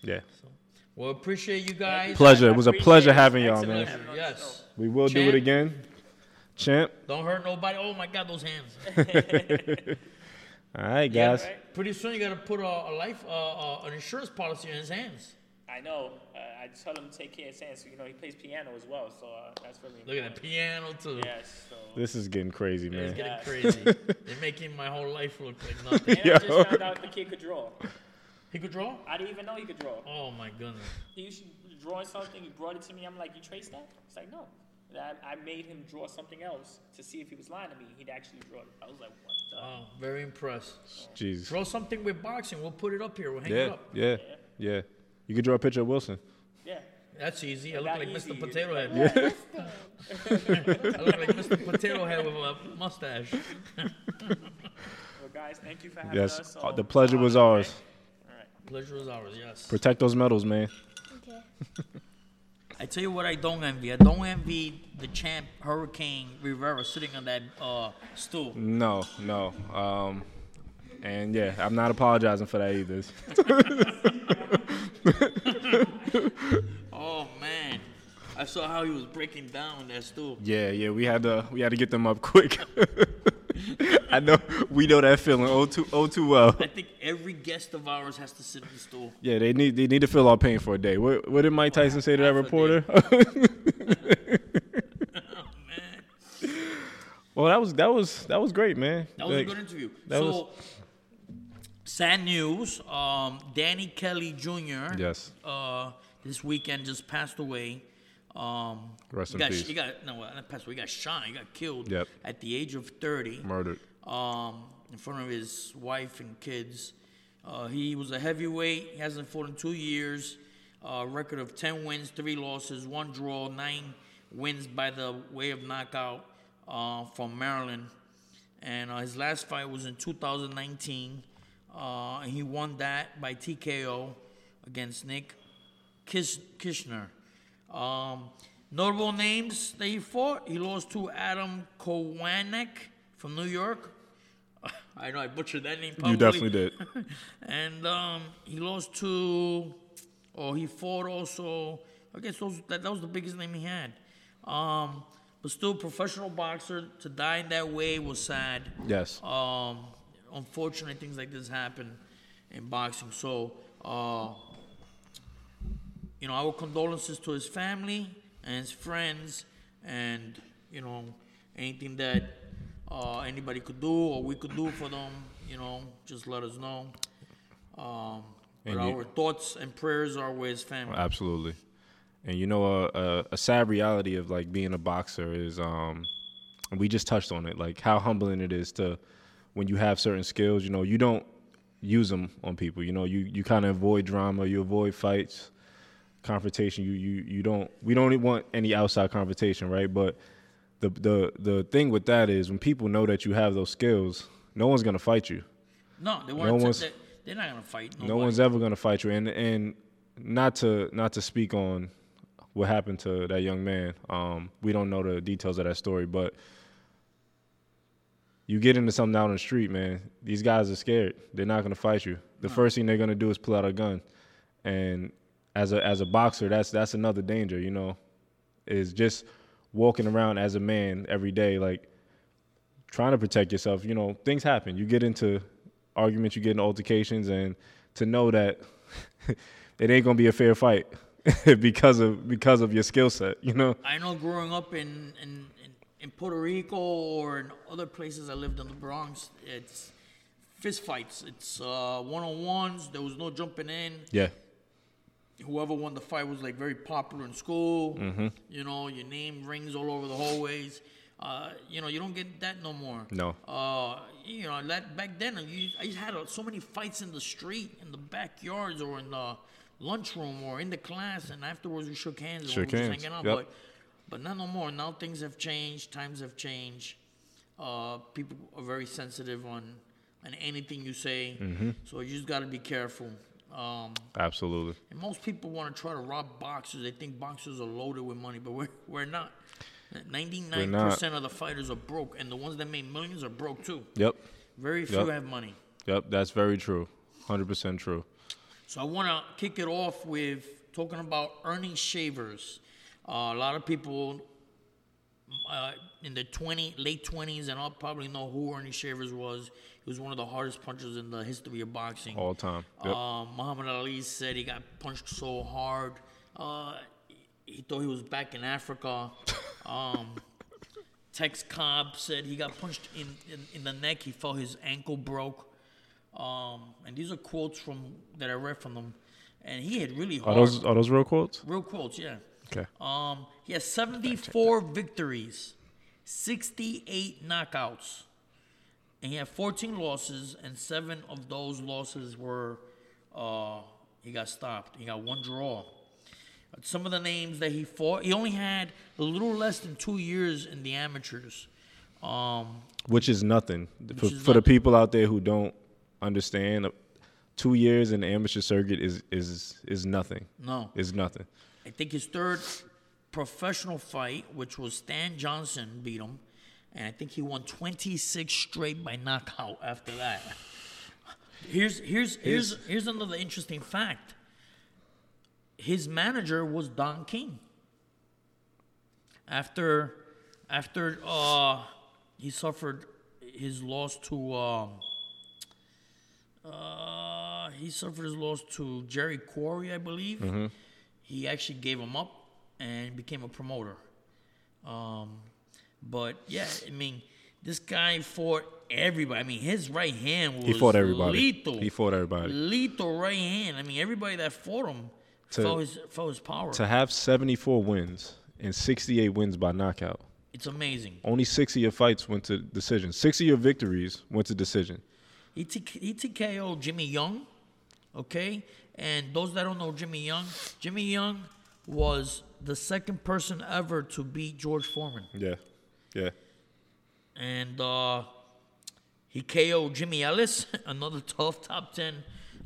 Speaker 1: yeah.
Speaker 3: So, well, appreciate you guys.
Speaker 1: Pleasure. It was a
Speaker 4: appreciate
Speaker 1: pleasure
Speaker 4: it.
Speaker 1: having y'all,
Speaker 4: Excellent.
Speaker 1: man.
Speaker 3: Pleasure, Yes.
Speaker 1: We will do
Speaker 3: Champ.
Speaker 1: it again, champ.
Speaker 3: Don't hurt nobody. Oh my God, those hands.
Speaker 1: All right,
Speaker 3: Yeah,
Speaker 1: guys.
Speaker 4: right.
Speaker 3: Pretty soon you gotta put a, a life, uh, uh, an insurance policy in his hands.
Speaker 4: I know. Uh, I tell him to take care of his hands. You know, he plays piano as well, so uh, that's really
Speaker 3: Look
Speaker 4: important.
Speaker 3: at that piano too.
Speaker 4: Yes. So.
Speaker 1: This is getting crazy,
Speaker 3: It's
Speaker 1: man.
Speaker 3: getting
Speaker 4: Yes.
Speaker 3: crazy. They're making my whole life look like nothing.
Speaker 4: And I just found out the kid could draw.
Speaker 3: He could draw?
Speaker 4: I didn't even know he could draw.
Speaker 3: Oh my goodness.
Speaker 4: He used to draw something. He brought it to me. I'm like, you traced that? He's like, no. And I, I made him draw something else to see if he was lying to me. He'd actually draw it. I was like, what the?
Speaker 3: Wow, Oh, very impressed.
Speaker 1: Jesus.
Speaker 3: Throw something with boxing. We'll put it up here. We'll hang it
Speaker 1: Yeah,
Speaker 3: up.
Speaker 1: yeah, yeah. You could draw a picture of Wilson.
Speaker 4: yeah.
Speaker 3: That's easy. I look
Speaker 4: Not
Speaker 3: like
Speaker 4: easy.
Speaker 3: Mr. Potato Head.
Speaker 2: Look, this thing.
Speaker 3: I look like Mr. Potato Head with a mustache.
Speaker 4: Well, guys, thank you for having
Speaker 1: Yes,
Speaker 4: us.
Speaker 1: uh,
Speaker 4: on.
Speaker 1: the pleasure was ours.
Speaker 4: All right.
Speaker 3: Pleasure is ours, yes.
Speaker 1: Protect those medals, man.
Speaker 2: Okay.
Speaker 3: I tell you what I don't envy. I don't envy the champ Hurricane Rivera sitting on that uh, stool.
Speaker 1: No, no. Um, and yeah, I'm not apologizing for that either.
Speaker 3: Oh man. I saw how he was breaking down on that stool.
Speaker 1: Yeah, yeah, we had to we had to get them up quick. I know we know that feeling oh too oh too well.
Speaker 3: I think every guest of ours has to sit on the stool.
Speaker 1: Yeah, they need they need to feel our pain for a day. What, what did Mike Tyson say to that
Speaker 3: half a
Speaker 1: reporter?
Speaker 3: Oh,
Speaker 1: well, that was that was that was great, man.
Speaker 3: That was
Speaker 1: Like,
Speaker 3: a good interview.
Speaker 1: that
Speaker 3: so,
Speaker 1: was-
Speaker 3: sad news. Um, Danny Kelly Jr.
Speaker 1: Yes.
Speaker 3: Uh, this weekend just passed away. Um,
Speaker 1: Rest
Speaker 3: he
Speaker 1: in
Speaker 3: got,
Speaker 1: peace.
Speaker 3: He got no, not passed away. He got shot. He got killed.
Speaker 1: Yep.
Speaker 3: At the age of thirty.
Speaker 1: Murdered.
Speaker 3: um, in front of his wife and kids. Uh, he was a heavyweight. He hasn't fought in two years. Uh, record of 10 wins, three losses, one draw, nine wins by the way of knockout uh, from Maryland. And uh, his last fight was in 2019. Uh, and he won that by TKO against Nick Kish- Kishner. Um, notable names that he fought. He lost to Adam Kowanek from New York. I know I butchered that name. Probably.
Speaker 1: You definitely did.
Speaker 3: and um, he lost to, or he fought also. I guess those, that, that was the biggest name he had. Um, but still, professional boxer to die in that way was sad.
Speaker 1: Yes.
Speaker 3: Um, unfortunately, things like this happen in boxing. So, uh, you know, our condolences to his family and his friends, and you know, anything that uh, anybody could do or we could do for them, you know, just let us know. Um,
Speaker 1: And
Speaker 3: but
Speaker 1: you-
Speaker 3: our thoughts and prayers are with his family.
Speaker 1: Absolutely. And you know, a, a, a sad reality of like being a boxer is, um, and we just touched on it, like how humbling it is to when you have certain skills. You know, you don't use them on people. You know, you you kind of avoid drama, you avoid fights, confrontation. You you you don't. We don't want any outside confrontation, right? But the the the thing with that is when people know that you have those skills, no one's gonna fight you
Speaker 3: No, they weren't.
Speaker 1: one's-
Speaker 3: they, they're not gonna fight.
Speaker 1: no
Speaker 3: nobody.
Speaker 1: one's ever gonna fight you. And and not to not to speak on what happened to that young man. Um, we don't know the details of that story, but you get into something out on the street, man. These guys are scared. They're not gonna fight you. The first thing they're gonna do is pull out a gun. And as a as a boxer, that's that's another danger, you know, is just walking around as a man every day, like trying to protect yourself, you know, things happen. You get into arguments, you get into altercations, and to know that it ain't gonna be a fair fight because of because of your skill set, you know.
Speaker 3: I know growing up in, in, in, in Puerto Rico or in other places I lived in the Bronx, it's fist fights. It's uh, one-on-ones. There was no jumping in.
Speaker 1: Yeah,
Speaker 3: Whoever won the fight was like very popular in school.
Speaker 1: Mm-hmm.
Speaker 3: You know, your name rings all over the hallways. Uh, you know, you don't get that no more.
Speaker 1: No.
Speaker 3: Uh, you know, that back then, you, I had uh, so many fights in the street, in the backyards, or in the lunchroom, or in the class, and afterwards we shook hands and
Speaker 1: Shook
Speaker 3: we were just
Speaker 1: hands,
Speaker 3: hanging out.
Speaker 1: yep.
Speaker 3: But but not no more. Now things have changed. Times have changed. Uh, people are very sensitive on on anything you say.
Speaker 1: Mm-hmm.
Speaker 3: So you just got to be careful. Um,
Speaker 1: absolutely.
Speaker 3: and most people want to try to rob boxers. They think boxers are loaded with money, but we're we're not. Ninety-nine percent of the fighters are broke, and the ones that made millions are broke too.
Speaker 1: Yep,
Speaker 3: Very few
Speaker 1: Yep.
Speaker 3: have money.
Speaker 1: yep. That's very true. Hundred percent true.
Speaker 3: So I want to kick it off with talking about Ernie Shavers. Uh, a lot of people uh, in the 20, late 20s and I'll probably know who Ernie Shavers was. He was one of the hardest punchers in the history of boxing.
Speaker 1: All time. Yep.
Speaker 3: Uh, Muhammad Ali said he got punched so hard, uh, he thought he was back in Africa. Um, Tex Cobb said he got punched in, in, in the neck. He felt his ankle broke. Um, and these are quotes from that I read from him. And he had really
Speaker 1: are
Speaker 3: hard.
Speaker 1: those are those real quotes?
Speaker 3: real quotes, yeah.
Speaker 1: Okay.
Speaker 3: Um, he has 74 victories, 68 knockouts, and he had 14 losses, and seven of those losses were uh, he got stopped. He got one draw. some of the names that he fought. He only had a little less than two years in the amateurs. Um,
Speaker 1: which is nothing for,
Speaker 3: is
Speaker 1: for the
Speaker 3: nothing.
Speaker 1: people out there who don't understand. uh, Two years in the amateur circuit is is is nothing.
Speaker 3: no,
Speaker 1: Is nothing.
Speaker 3: I think his third professional fight, which was Stan Johnson, beat him, and I think he won 26 straight by knockout after that. Here's here's here's here's another interesting fact. His manager was Don King. After after uh, he suffered his loss to um, uh, he suffered his loss to Jerry Quarry, I believe
Speaker 1: Mm-hmm.
Speaker 3: he actually gave him up and became a promoter. Um, but yeah, I mean, this guy fought everybody. I mean, his right hand was
Speaker 1: He fought everybody.
Speaker 3: lethal.
Speaker 1: He fought everybody.
Speaker 3: lethal right hand. I mean, everybody that fought him
Speaker 1: To-
Speaker 3: felt his felt his power.
Speaker 1: To have 74 wins and 68 wins by knockout.
Speaker 3: it's amazing.
Speaker 1: Only six of your fights went to decision. Six of your victories went to decision.
Speaker 3: He, t- he TKO Jimmy Young, okay? And those that don't know Jimmy Young, Jimmy Young was the second person ever to beat George Foreman.
Speaker 1: Yeah, yeah.
Speaker 3: and uh, he KO'd Jimmy Ellis, another tough top ten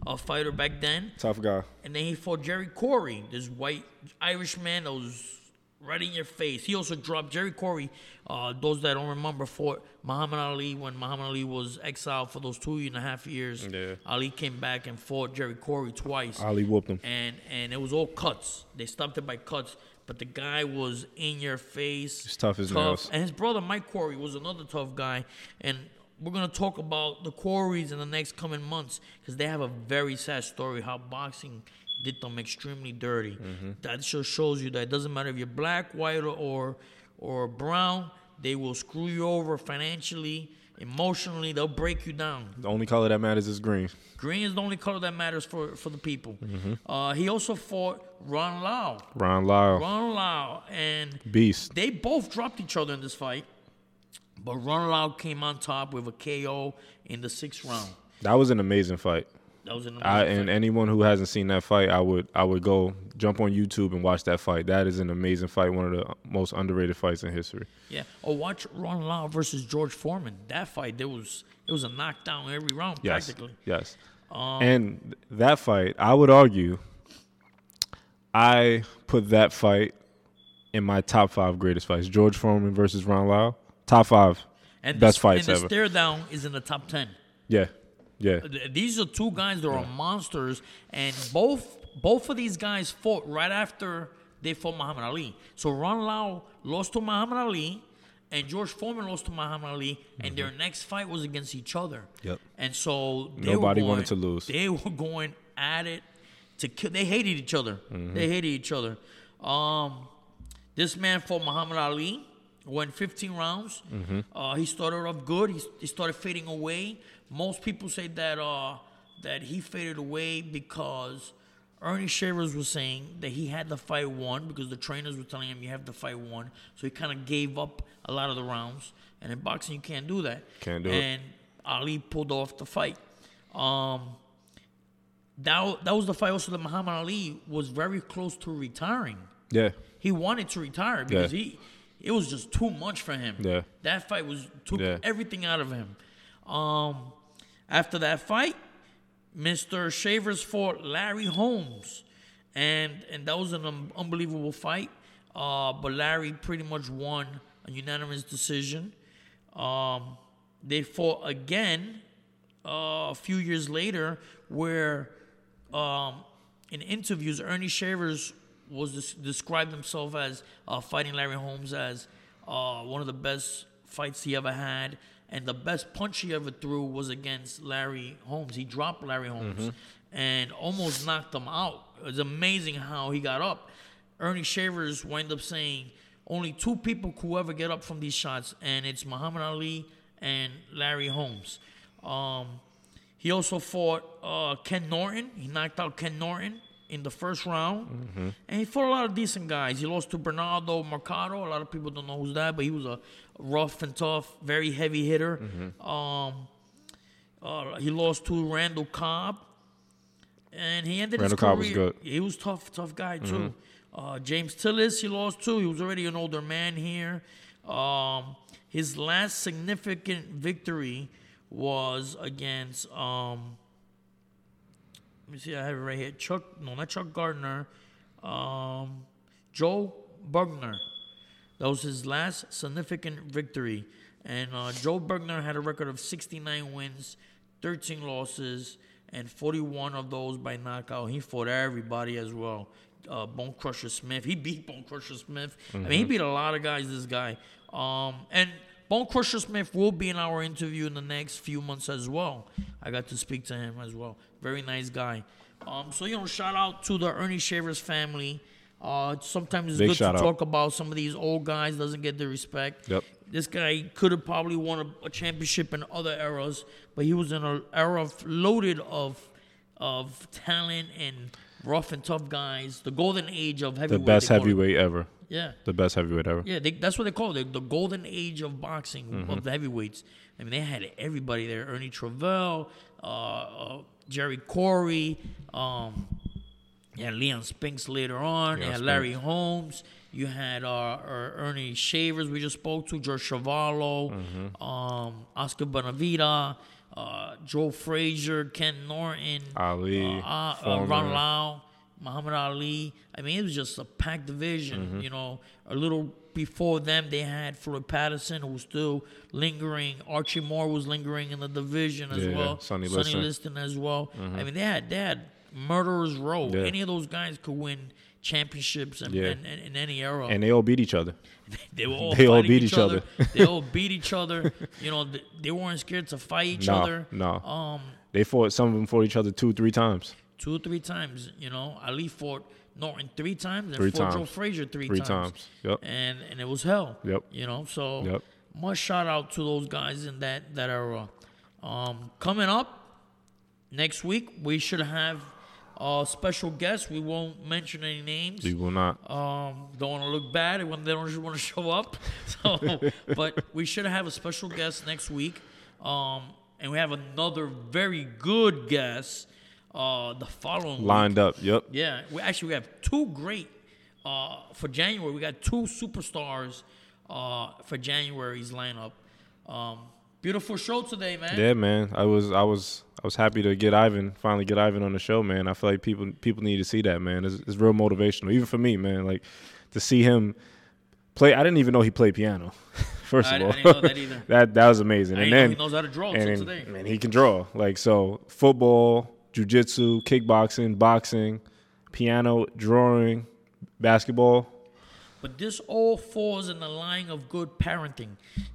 Speaker 3: uh, fighter back then.
Speaker 1: Tough guy.
Speaker 3: And then he fought Jerry Corey, this white Irishman that was right in your face. He also dropped Jerry Corey. Uh, those that don't remember fought Muhammad Ali when Muhammad Ali was exiled for those two and a half years.
Speaker 1: Yeah.
Speaker 3: Ali came back and fought Jerry Corey twice
Speaker 1: Ali whooped him.
Speaker 3: and and it was all cuts. They stopped it by cuts, but the guy was in your face.
Speaker 1: He's tough as nails.
Speaker 3: And his brother Mike Corey was another tough guy. And we're gonna talk about the Corys in the next coming months because they have a very sad story how boxing did them extremely dirty.
Speaker 1: Mm-hmm.
Speaker 3: That just shows you that it doesn't matter if you're black, white, or or, or brown. They will screw you over financially, emotionally. They'll break you down.
Speaker 1: The only color that matters is green.
Speaker 3: Green is the only color that matters for, for the people.
Speaker 1: Mm-hmm.
Speaker 3: Uh, he also fought Ron Lau.
Speaker 1: Ron Lyle,
Speaker 3: Ron Lau and
Speaker 1: beast.
Speaker 3: they both dropped each other in this fight, but Ron Lau came on top with a KO in the sixth round.
Speaker 1: That was an amazing fight.
Speaker 3: That was an amazing
Speaker 1: I, and
Speaker 3: fight.
Speaker 1: anyone who hasn't seen that fight, I would I would go jump on YouTube and watch that fight. That is an amazing fight, one of the most underrated fights in history.
Speaker 3: yeah. Or watch Ron Lau versus George Foreman. That fight, there was it was a knockdown every round
Speaker 1: Yes,
Speaker 3: practically. Um,
Speaker 1: yes. and th- that fight, I would argue, I put that fight in my top five greatest fights. George Foreman versus Ron Lyle, top five
Speaker 3: And
Speaker 1: best
Speaker 3: this,
Speaker 1: fights
Speaker 3: and
Speaker 1: ever.
Speaker 3: the stare down is in the top ten.
Speaker 1: yeah, yeah.
Speaker 3: Th- these are two guys that are monsters, and both both of these guys fought right after they fought Muhammad Ali. So Ron Lau lost to Muhammad Ali, and George Foreman lost to Muhammad Ali, and their next fight was against each other.
Speaker 1: Mm-hmm. Yep.
Speaker 3: And so they
Speaker 1: Nobody
Speaker 3: were going,
Speaker 1: wanted to lose.
Speaker 3: They were going at it to kill. They hated each other.
Speaker 1: Mm-hmm.
Speaker 3: They hated each other. Um, this man fought Muhammad Ali, went 15 rounds.
Speaker 1: Mm-hmm.
Speaker 3: Uh, he started off good. He, he started fading away. Most people say that uh, that he faded away because Ernie Shavers was saying that he had the fight won because the trainers were telling him you have the fight won. So he kind of gave up a lot of the rounds. And in boxing, you can't do that.
Speaker 1: Can't do it.
Speaker 3: and Ali pulled off the fight. Um, that, wa- that was the fight also that Muhammad Ali was very close to retiring
Speaker 1: Yeah.
Speaker 3: he wanted to retire because
Speaker 1: Yeah.
Speaker 3: he it was just too much for him.
Speaker 1: Yeah.
Speaker 3: That fight was took
Speaker 1: Yeah.
Speaker 3: everything out of him. Um after that fight, Mr. Shavers fought Larry Holmes. And and that was an un- unbelievable fight. Uh but Larry pretty much won a unanimous decision. Um they fought again uh, a few years later where um, in interviews Ernie Shavers was des- described himself as uh, fighting Larry Holmes as uh, one of the best fights he ever had and the best punch he ever threw was against Larry Holmes he dropped Larry Holmes and almost knocked him out it's amazing how he got up Ernie Shavers wind up saying only two people could ever get up from these shots, and it's Muhammad Ali and Larry Holmes. Um, he also fought uh, Ken Norton. He knocked out Ken Norton in the first round, and he fought a lot of decent guys. He lost to Bernardo Mercado. A lot of people don't know who's that, but he was a rough and tough, very heavy hitter. Um, uh, he lost to Randall Cobb, and he ended
Speaker 1: Randall
Speaker 3: his career.
Speaker 1: Cobb was good. Mm-hmm.
Speaker 3: He was tough, tough guy too. Uh, James Tillis, he lost too. He was already an older man here. Um, his last significant victory was against, um, let me see, I have it right here. Chuck, no, not Chuck Gardner, um, Joe Bugner. That was his last significant victory. And uh, Joe Bergner had a record of 69 wins, 13 losses, and 41 of those by knockout. He fought everybody as well. Uh, Bone Crusher Smith. He beat Bone Crusher Smith. I
Speaker 1: Mm-hmm.
Speaker 3: mean, he beat a lot of guys, this guy. Um, and Bone Crusher Smith will be in our interview in the next few months as well. I got to speak to him as well. Very nice guy. Um, so, you know, shout out to the Ernie Shavers family. Uh, sometimes it's
Speaker 1: Big
Speaker 3: good to
Speaker 1: shout out.
Speaker 3: talk talk about some of these old guys doesn't get the respect.
Speaker 1: Yep.
Speaker 3: This guy could have probably won a, a championship in other eras, but he was in an era of loaded of of talent and rough and tough guys. The golden age of
Speaker 1: The
Speaker 3: heavyweight.
Speaker 1: best
Speaker 3: they call it.
Speaker 1: heavyweight ever.
Speaker 3: Yeah.
Speaker 1: The best heavyweight ever.
Speaker 3: Yeah, they, that's what they call it. The golden age of boxing of the heavyweights. I mean, they had everybody there: Ernie Travell, uh, uh, Jerry Corey, um, you had Leon Spinks later on. you
Speaker 1: Leon
Speaker 3: had Larry Holmes. You had uh, Er- Ernie Shavers. We just spoke to George Chavallo, um, Oscar Bonavita, uh, Joe Frazier, Ken Norton,
Speaker 1: Ali,
Speaker 3: uh, uh, uh, Ron
Speaker 1: Foreman.
Speaker 3: Lau, Muhammad Ali. I mean, it was just a packed division.
Speaker 1: Mm-hmm.
Speaker 3: You know, a little before them, they had Floyd Patterson, who was still lingering. Archie Moore was lingering in the division as
Speaker 1: Yeah,
Speaker 3: well.
Speaker 1: Sonny
Speaker 3: Liston.
Speaker 1: Liston. Mm-hmm.
Speaker 3: as well. I mean, they had, they had Murderer's Row.
Speaker 1: Yeah.
Speaker 3: Any of those guys could win championships in,
Speaker 1: Yeah.
Speaker 3: in, in, in any era.
Speaker 1: And they all beat each other.
Speaker 3: they were all,
Speaker 1: they all
Speaker 3: fighting
Speaker 1: beat
Speaker 3: each
Speaker 1: each
Speaker 3: other.
Speaker 1: other.
Speaker 3: they all beat each other. You know, th- they weren't scared to fight each
Speaker 1: No,
Speaker 3: other.
Speaker 1: no.
Speaker 3: Um,
Speaker 1: They fought some of them fought each other two, three times.
Speaker 3: two or three times. You know, Ali fought Norton three times and
Speaker 1: Three
Speaker 3: fought Joe
Speaker 1: times.
Speaker 3: Frazier three,
Speaker 1: Three
Speaker 3: times.
Speaker 1: times. Yep.
Speaker 3: And and it was hell.
Speaker 1: Yep.
Speaker 3: You know, so
Speaker 1: Yep.
Speaker 3: much shout out to those guys in that that era. Um, coming up next week, we should have a special guest. We won't mention any names.
Speaker 1: We will not.
Speaker 3: Um, don't want to look bad when they don't want to show up. So, but we should have a special guest next week. Um, and we have another very good guest uh, the following
Speaker 1: Lined up. Yep.
Speaker 3: week. Yeah, we actually we have two great uh, for January. We got two superstars uh, for January's lineup. Um, beautiful show today, man.
Speaker 1: Yeah, man. I was I was I was happy to get Ivan finally get Ivan on the show, man. I feel like people people need to see that, man. It's, it's real motivational, even for me, man. Like to see him play. I didn't even know he played piano. First
Speaker 3: I
Speaker 1: of
Speaker 3: didn't-
Speaker 1: all,
Speaker 3: I didn't know that either.
Speaker 1: that that was amazing.
Speaker 3: I
Speaker 1: and
Speaker 3: didn't know
Speaker 1: then
Speaker 3: he knows how to draw
Speaker 1: and
Speaker 3: till
Speaker 1: then-
Speaker 3: today.
Speaker 1: man, he can draw. Like so, football, jujitsu, kickboxing, boxing, piano, drawing, basketball.
Speaker 3: But this all falls in the line of good parenting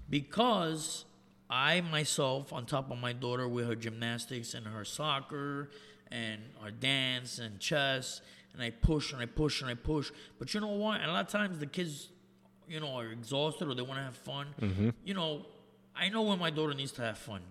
Speaker 3: because I myself, on top of my daughter with her gymnastics and her soccer and her dance and chess, and I push and I push and I push. But you know what? A lot of times the kids, you know, are exhausted or they want to have fun. You know, I know when my daughter needs to have fun.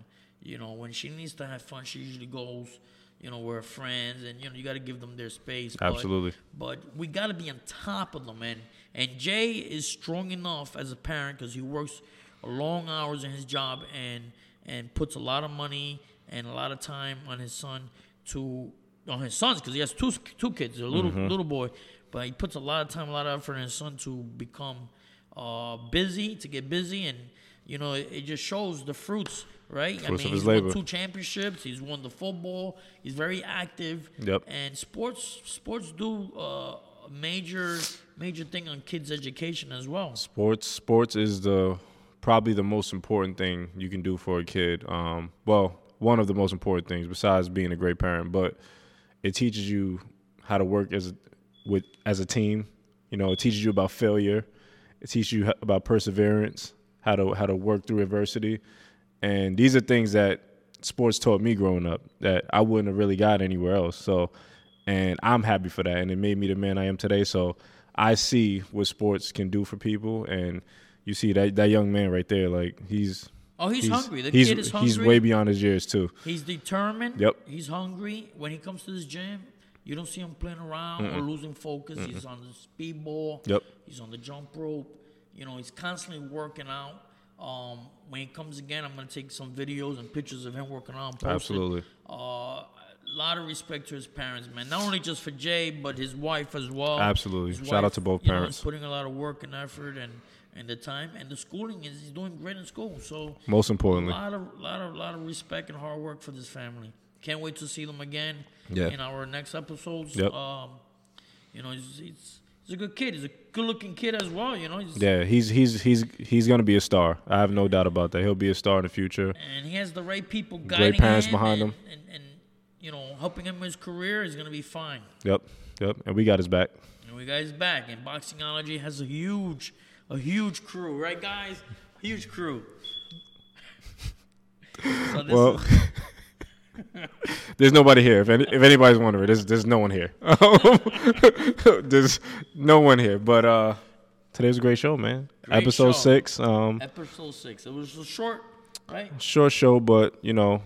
Speaker 3: You know, when she needs to have fun, she usually goes, you know, with her friends, and you know, you got to give them their space. but-
Speaker 1: Absolutely.
Speaker 3: but we got to be on top of them. And, and Jay is strong enough as a parent because he works long hours in his job and, and puts a lot of money and a lot of time on his son to on his sons because he has two two kids, a little
Speaker 1: Mm-hmm.
Speaker 3: little boy, but he puts a lot of time, a lot of effort in his son to become uh, busy, to get busy, and you know it, it just shows the fruits, right? I mean,
Speaker 1: Fruits of his
Speaker 3: he's won
Speaker 1: labor.
Speaker 3: two championships, he's won the football, he's very active,
Speaker 1: Yep.
Speaker 3: and sports sports do uh, a major major thing on kids' education as well.
Speaker 1: Sports sports is the probably the most important thing you can do for a kid. Um, well, one of the most important things besides being a great parent, but it teaches you how to work as a, with as a team. You know, it teaches you about failure. It teaches you ho- about perseverance, how to how to work through adversity, and these are things that sports taught me growing up that I wouldn't have really got anywhere else. So, and I'm happy for that, and it made me the man I am today. So, I see what sports can do for people, and you see that that young man right there, like he's
Speaker 3: Oh, he's, hungry. The
Speaker 1: he's,
Speaker 3: kid is hungry.
Speaker 1: He's way beyond his years too.
Speaker 3: He's determined.
Speaker 1: Yep.
Speaker 3: He's hungry. When he comes to this gym, you don't see him playing around or losing focus. He's on the speedball.
Speaker 1: Yep.
Speaker 3: He's on the jump rope. You know, he's constantly working out. Um, when he comes again, I'm gonna take some videos and pictures of him working out. and post it.
Speaker 1: Absolutely.
Speaker 3: Uh, lot of respect to his parents, man. Not only just for Jay, but his wife as well.
Speaker 1: Absolutely.
Speaker 3: His
Speaker 1: Shout out to both
Speaker 3: you know,
Speaker 1: parents.
Speaker 3: is putting a lot of work and effort and and the time and the schooling is he's doing great in school. So
Speaker 1: Most importantly.
Speaker 3: a lot of lot of lot of respect and hard work for this family. Can't wait to see them again
Speaker 1: Yeah.
Speaker 3: in our next episodes.
Speaker 1: Yep.
Speaker 3: Um, you know, he's, he's he's a good kid. He's a good looking kid as well. You know, he's,
Speaker 1: Yeah, he's he's he's he's gonna be a star. I have no doubt about that. He'll be a star in the future.
Speaker 3: and he has the right people guiding
Speaker 1: parents
Speaker 3: him
Speaker 1: behind
Speaker 3: and,
Speaker 1: him.
Speaker 3: and, and you know helping him in his career is gonna be fine.
Speaker 1: Yep, yep. And we got his back.
Speaker 3: And we guys back, and Boxingology has a huge, a huge crew, right, guys? Huge crew. so this
Speaker 1: Well,
Speaker 3: is,
Speaker 1: there's nobody here. If any, if anybody's wondering, there's there's no one here. there's no one here. But uh, today's a great show, man.
Speaker 3: Great
Speaker 1: Episode
Speaker 3: show.
Speaker 1: six. Um,
Speaker 3: episode six. It was a short, right?
Speaker 1: short show, but you know,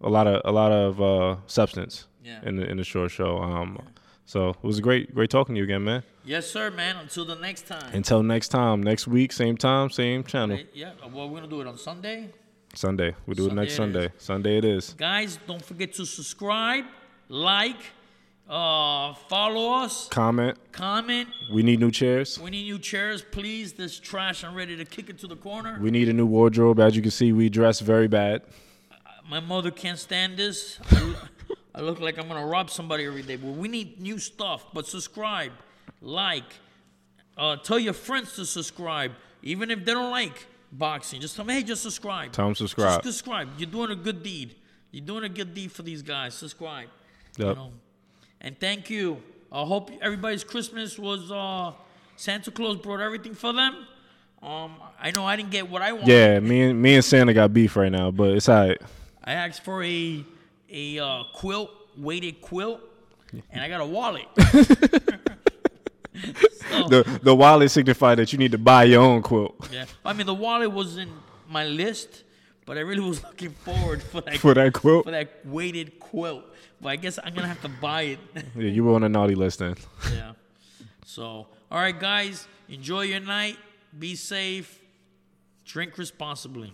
Speaker 1: a lot of a lot of uh, substance
Speaker 3: Yeah.
Speaker 1: in the in the short show. Um, so it was great great talking to you again, man.
Speaker 3: Yes, sir, man. Until the next time.
Speaker 1: Until next time, next week, same time, same channel.
Speaker 3: Right, yeah. uh, Well, we're gonna do it on Sunday,
Speaker 1: Sunday. We do it
Speaker 3: Sunday
Speaker 1: next
Speaker 3: it
Speaker 1: Sunday.
Speaker 3: is.
Speaker 1: Sunday it is.
Speaker 3: guys. Don't forget to subscribe, like, uh, follow us,
Speaker 1: Comment.
Speaker 3: comment.
Speaker 1: We need new chairs.
Speaker 3: We need new chairs, please. This trash. I'm ready to kick it to the corner.
Speaker 1: We need a new wardrobe. As you can see, we dress very bad.
Speaker 3: My mother can't stand this. I look, I look like I'm gonna rob somebody every day. But we need new stuff. But subscribe, like, uh, tell your friends to subscribe, even if they don't like boxing. Just tell them, hey, just subscribe.
Speaker 1: Tell 'em subscribe.
Speaker 3: Just subscribe. You're doing a good deed. You're doing a good deed for these guys. Subscribe. You
Speaker 1: Yep.
Speaker 3: know. And thank you. I hope everybody's Christmas was uh, Santa Claus brought everything for them. Um, I know I didn't get what I wanted.
Speaker 1: Yeah, me and me and Santa got beef right now, but it's alright.
Speaker 3: I asked for a a uh, quilt, weighted quilt, and I got a wallet. So,
Speaker 1: The the wallet signified that you need to buy your own quilt
Speaker 3: yeah. I mean, the wallet was in my list, but I really was looking forward for that
Speaker 1: for that quilt.
Speaker 3: for that weighted quilt. But I guess I'm gonna have to buy it.
Speaker 1: Yeah, you were on a naughty list then.
Speaker 3: yeah. So, all right, guys, enjoy your night. Be safe. Drink responsibly.